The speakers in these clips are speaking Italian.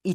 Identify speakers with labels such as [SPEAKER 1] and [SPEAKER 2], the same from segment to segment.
[SPEAKER 1] I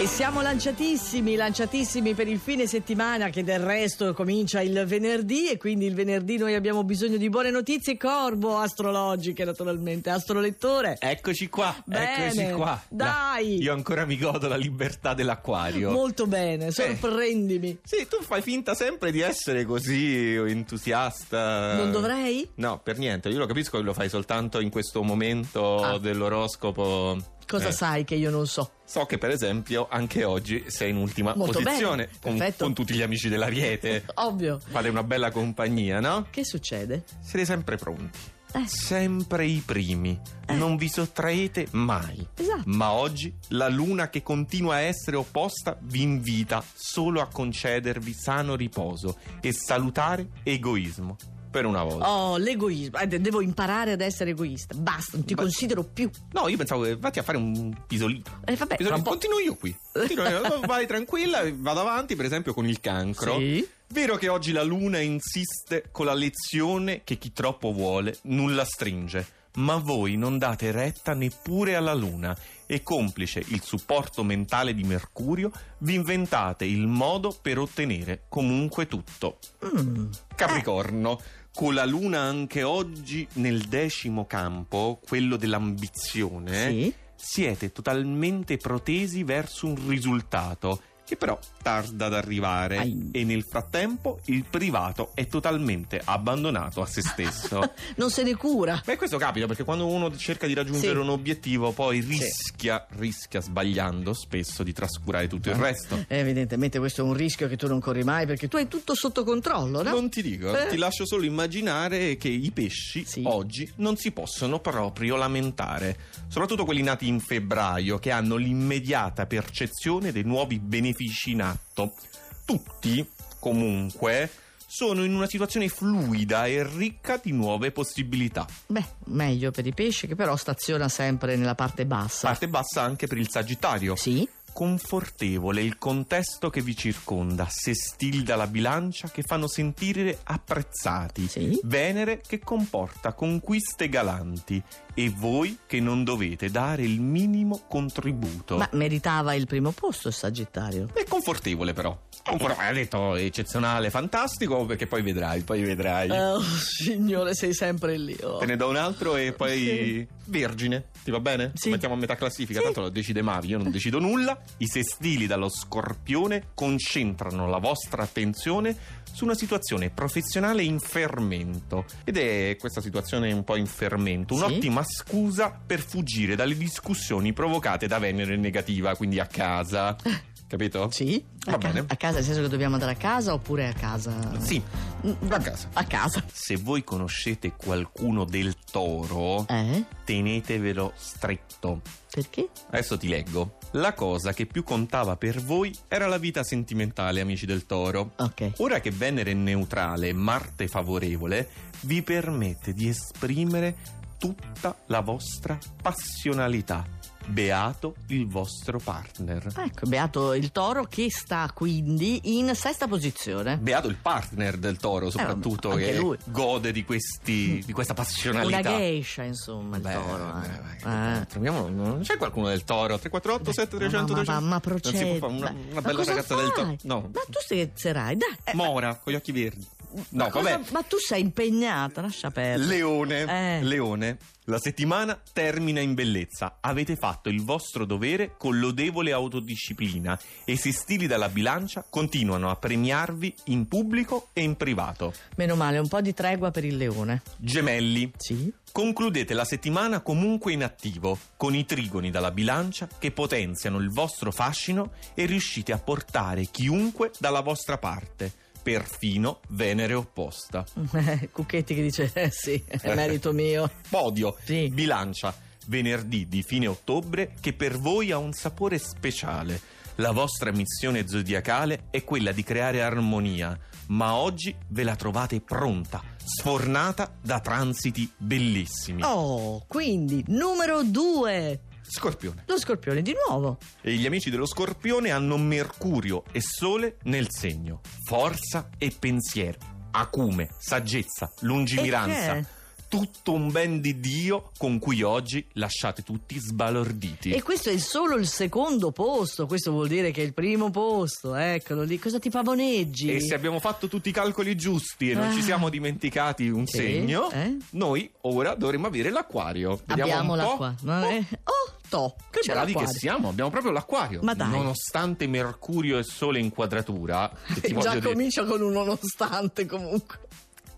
[SPEAKER 2] E siamo lanciatissimi, lanciatissimi per il fine settimana che del resto comincia il venerdì e quindi il venerdì noi abbiamo bisogno di buone notizie corbo astrologiche naturalmente, astrolettore.
[SPEAKER 3] Eccoci qua,
[SPEAKER 2] Bene,
[SPEAKER 3] eccoci qua.
[SPEAKER 2] dai.
[SPEAKER 3] La- io ancora mi godo la libertà dell'acquario.
[SPEAKER 2] Molto bene, sorprendimi.
[SPEAKER 3] sì, tu fai finta sempre di essere così entusiasta.
[SPEAKER 2] Non dovrei?
[SPEAKER 3] No, per niente, io lo capisco che lo fai soltanto in questo momento
[SPEAKER 2] Ah.
[SPEAKER 3] dell'oroscopo.
[SPEAKER 2] Cosa
[SPEAKER 3] Eh,
[SPEAKER 2] sai che io non so?
[SPEAKER 3] So che per esempio anche oggi sei in ultima
[SPEAKER 2] Molto
[SPEAKER 3] posizione
[SPEAKER 2] bene,
[SPEAKER 3] con,
[SPEAKER 2] perfetto.
[SPEAKER 3] con tutti gli amici dell'Ariete.
[SPEAKER 2] Ovvio.
[SPEAKER 3] Fate una bella compagnia, no?
[SPEAKER 2] Che succede?
[SPEAKER 3] Siete sempre pronti.
[SPEAKER 2] Eh,
[SPEAKER 3] Sempre i primi, non vi sottraete mai.
[SPEAKER 2] Esatto.
[SPEAKER 3] Ma oggi la luna che continua a essere opposta vi invita solo a concedervi sano riposo e salutare egoismo per una volta.
[SPEAKER 2] Oh, l'egoismo. Eh, de- devo imparare ad essere egoista. Basta, non ti
[SPEAKER 3] Beh.
[SPEAKER 2] considero più.
[SPEAKER 3] No, io pensavo che vatti a fare un pisolino.
[SPEAKER 2] Eh, vabbè, tra un
[SPEAKER 3] Pisolino.
[SPEAKER 2] po'.
[SPEAKER 3] Continuo io qui. Continuo io. Vai tranquilla, vado avanti, per esempio, con il cancro.
[SPEAKER 2] Sì.
[SPEAKER 3] Vero che oggi la luna insiste con la lezione che chi troppo vuole nulla stringe, ma voi non date retta neppure alla luna e complice il supporto mentale di Mercurio vi inventate il modo per ottenere comunque tutto.
[SPEAKER 2] Mm.
[SPEAKER 3] Capricorno. Con la luna anche oggi nel decimo campo, quello dell'ambizione,
[SPEAKER 2] Sì.
[SPEAKER 3] siete totalmente protesi verso un risultato che però tarda ad arrivare
[SPEAKER 2] Ai.
[SPEAKER 3] e nel frattempo il privato è totalmente abbandonato a se stesso.
[SPEAKER 2] Non se ne cura.
[SPEAKER 3] Beh, questo capita perché quando uno cerca di raggiungere
[SPEAKER 2] Sì.
[SPEAKER 3] un obiettivo poi
[SPEAKER 2] Sì.
[SPEAKER 3] rischia, rischia sbagliando spesso di trascurare tutto il resto.
[SPEAKER 2] Eh, Evidentemente questo è un rischio che tu non corri mai perché tu hai tutto sotto controllo, no?
[SPEAKER 3] Non ti dico,
[SPEAKER 2] Eh.
[SPEAKER 3] ti lascio solo immaginare che i pesci
[SPEAKER 2] Sì.
[SPEAKER 3] oggi non si possono proprio lamentare, soprattutto quelli nati in febbraio che hanno l'immediata percezione dei nuovi benefici in atto. Tutti, comunque, sono in una situazione fluida e ricca di nuove possibilità.
[SPEAKER 2] Beh, meglio per i pesci che però staziona sempre nella parte bassa.
[SPEAKER 3] Parte bassa anche per il Sagittario.
[SPEAKER 2] Sì?
[SPEAKER 3] Confortevole il contesto che vi circonda, se stilda la bilancia che fanno sentire apprezzati.
[SPEAKER 2] Sì.
[SPEAKER 3] Venere che comporta conquiste galanti e voi che non dovete dare il minimo contributo.
[SPEAKER 2] Ma meritava il primo posto il Sagittario.
[SPEAKER 3] È confortevole però. Confor- ha detto eccezionale, fantastico, perché poi vedrai, poi vedrai.
[SPEAKER 2] Oh, signore, sei sempre lì. oh.
[SPEAKER 3] Eh, Te ne do un altro e poi
[SPEAKER 2] Sì.
[SPEAKER 3] Vergine, ti va bene?
[SPEAKER 2] Sì.
[SPEAKER 3] Mettiamo a metà classifica,
[SPEAKER 2] Sì.
[SPEAKER 3] tanto lo decide Mavi, io non decido nulla. I sestili dallo Scorpione concentrano la vostra attenzione su una situazione professionale in fermento ed è questa situazione un po' in fermento,
[SPEAKER 2] Sì.
[SPEAKER 3] un'ottima scusa per fuggire dalle discussioni provocate da Venere negativa, quindi a casa. Capito?
[SPEAKER 2] Sì?
[SPEAKER 3] Va
[SPEAKER 2] a, ca-
[SPEAKER 3] bene.
[SPEAKER 2] a casa, nel senso che dobbiamo andare a casa oppure a casa?
[SPEAKER 3] Sì.
[SPEAKER 2] Mm, va-
[SPEAKER 3] A casa.
[SPEAKER 2] A casa.
[SPEAKER 3] Se voi conoscete qualcuno del toro,
[SPEAKER 2] Eh?
[SPEAKER 3] tenetevelo stretto.
[SPEAKER 2] Perché?
[SPEAKER 3] Adesso ti leggo. La cosa che più contava per voi era la vita sentimentale, amici del toro.
[SPEAKER 2] Ok.
[SPEAKER 3] Ora che Venere è neutrale e Marte favorevole, vi permette di esprimere tutta la vostra passionalità. Beato il vostro partner.
[SPEAKER 2] Ecco, beato il toro che sta quindi in sesta posizione.
[SPEAKER 3] Beato il partner del toro, soprattutto,
[SPEAKER 2] Eh, anche
[SPEAKER 3] che
[SPEAKER 2] lui.
[SPEAKER 3] gode di, questi, di questa passionalità.
[SPEAKER 2] Una geisha, insomma, il
[SPEAKER 3] Beh,
[SPEAKER 2] toro. eh.
[SPEAKER 3] beh,
[SPEAKER 2] Eh.
[SPEAKER 3] beh, troviamo- non c'è qualcuno del toro 348 7300
[SPEAKER 2] ma, ma, ma, ma
[SPEAKER 3] 200. Non si può
[SPEAKER 2] procedi.
[SPEAKER 3] fare una,
[SPEAKER 2] Dai,
[SPEAKER 3] una
[SPEAKER 2] ma
[SPEAKER 3] bella
[SPEAKER 2] cosa
[SPEAKER 3] ragazza del toro
[SPEAKER 2] fai?
[SPEAKER 3] no
[SPEAKER 2] Ma tu scherzerai, dai. eh,
[SPEAKER 3] Mora con gli occhi verdi no
[SPEAKER 2] ma, cosa-
[SPEAKER 3] vabbè
[SPEAKER 2] ma tu sei impegnata, lascia perdere.
[SPEAKER 3] Leone,
[SPEAKER 2] Eh.
[SPEAKER 3] Leone, la settimana termina in bellezza. Avete fatto il vostro dovere con lodevole autodisciplina e i sestili dalla bilancia continuano a premiarvi in pubblico e in privato.
[SPEAKER 2] Meno male, un po' di tregua per il leone.
[SPEAKER 3] Gemelli,
[SPEAKER 2] Sì?
[SPEAKER 3] Concludete la settimana comunque in attivo, con i trigoni dalla bilancia che potenziano il vostro fascino e riuscite a portare chiunque dalla vostra parte, perfino Venere opposta.
[SPEAKER 2] Cucchetti che dice, eh sì, è merito mio.
[SPEAKER 3] Podio,
[SPEAKER 2] Sì.
[SPEAKER 3] bilancia, venerdì di fine ottobre che per voi ha un sapore speciale. La vostra missione zodiacale è quella di creare armonia, ma oggi ve la trovate pronta, sfornata da transiti bellissimi.
[SPEAKER 2] Oh, quindi, numero due.
[SPEAKER 3] Scorpione.
[SPEAKER 2] Lo scorpione di nuovo.
[SPEAKER 3] E gli amici dello scorpione hanno Mercurio e Sole nel segno. Forza e pensiero, acume, saggezza,
[SPEAKER 2] E che
[SPEAKER 3] lungimiranza.
[SPEAKER 2] è?
[SPEAKER 3] Tutto un ben di Dio con cui oggi lasciate tutti sbalorditi.
[SPEAKER 2] E questo è solo il secondo posto, questo vuol dire che è il primo posto, eccolo lì. Cosa ti pavoneggi?
[SPEAKER 3] E se abbiamo fatto tutti i calcoli giusti e non
[SPEAKER 2] Ah.
[SPEAKER 3] ci siamo dimenticati un
[SPEAKER 2] Sì,
[SPEAKER 3] segno,
[SPEAKER 2] eh?
[SPEAKER 3] noi ora dovremmo avere l'acquario. Vediamo
[SPEAKER 2] Abbiamo
[SPEAKER 3] un po'.
[SPEAKER 2] l'acquario.
[SPEAKER 3] Oh,
[SPEAKER 2] Eh, Oh, to,
[SPEAKER 3] Che
[SPEAKER 2] c'è
[SPEAKER 3] bravi che
[SPEAKER 2] l'acquario.
[SPEAKER 3] siamo, abbiamo proprio l'acquario.
[SPEAKER 2] Ma dai.
[SPEAKER 3] Nonostante Mercurio e Sole in quadratura, che ti voglio
[SPEAKER 2] Già
[SPEAKER 3] dire,
[SPEAKER 2] comincia con un nonostante comunque.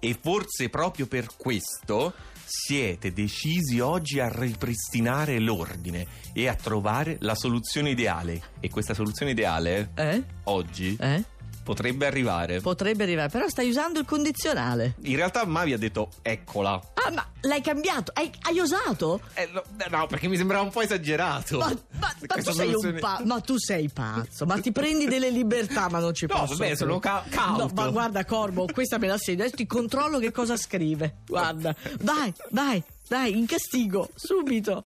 [SPEAKER 3] e forse proprio per questo siete decisi oggi a ripristinare l'ordine e a trovare la soluzione ideale. E questa soluzione ideale
[SPEAKER 2] Eh?
[SPEAKER 3] oggi
[SPEAKER 2] Eh?
[SPEAKER 3] potrebbe arrivare.
[SPEAKER 2] Potrebbe arrivare, però stai usando il condizionale.
[SPEAKER 3] In realtà Mavi ha detto eccola.
[SPEAKER 2] Ah, ma l'hai cambiato? Hai, hai osato?
[SPEAKER 3] Eh, no, no, perché mi sembrava un po' esagerato.
[SPEAKER 2] Ma, ma- ma tu
[SPEAKER 3] Questa
[SPEAKER 2] sei un
[SPEAKER 3] soluzione-
[SPEAKER 2] pa- ma tu sei pazzo, ma ti prendi delle libertà, ma non ci
[SPEAKER 3] No,
[SPEAKER 2] posso.
[SPEAKER 3] vabbè, sono ca- cauto.
[SPEAKER 2] No, ma guarda, Corbo, questa me la segno. Adesso ti controllo che cosa scrive. Guarda, vai, vai, dai, in castigo, subito.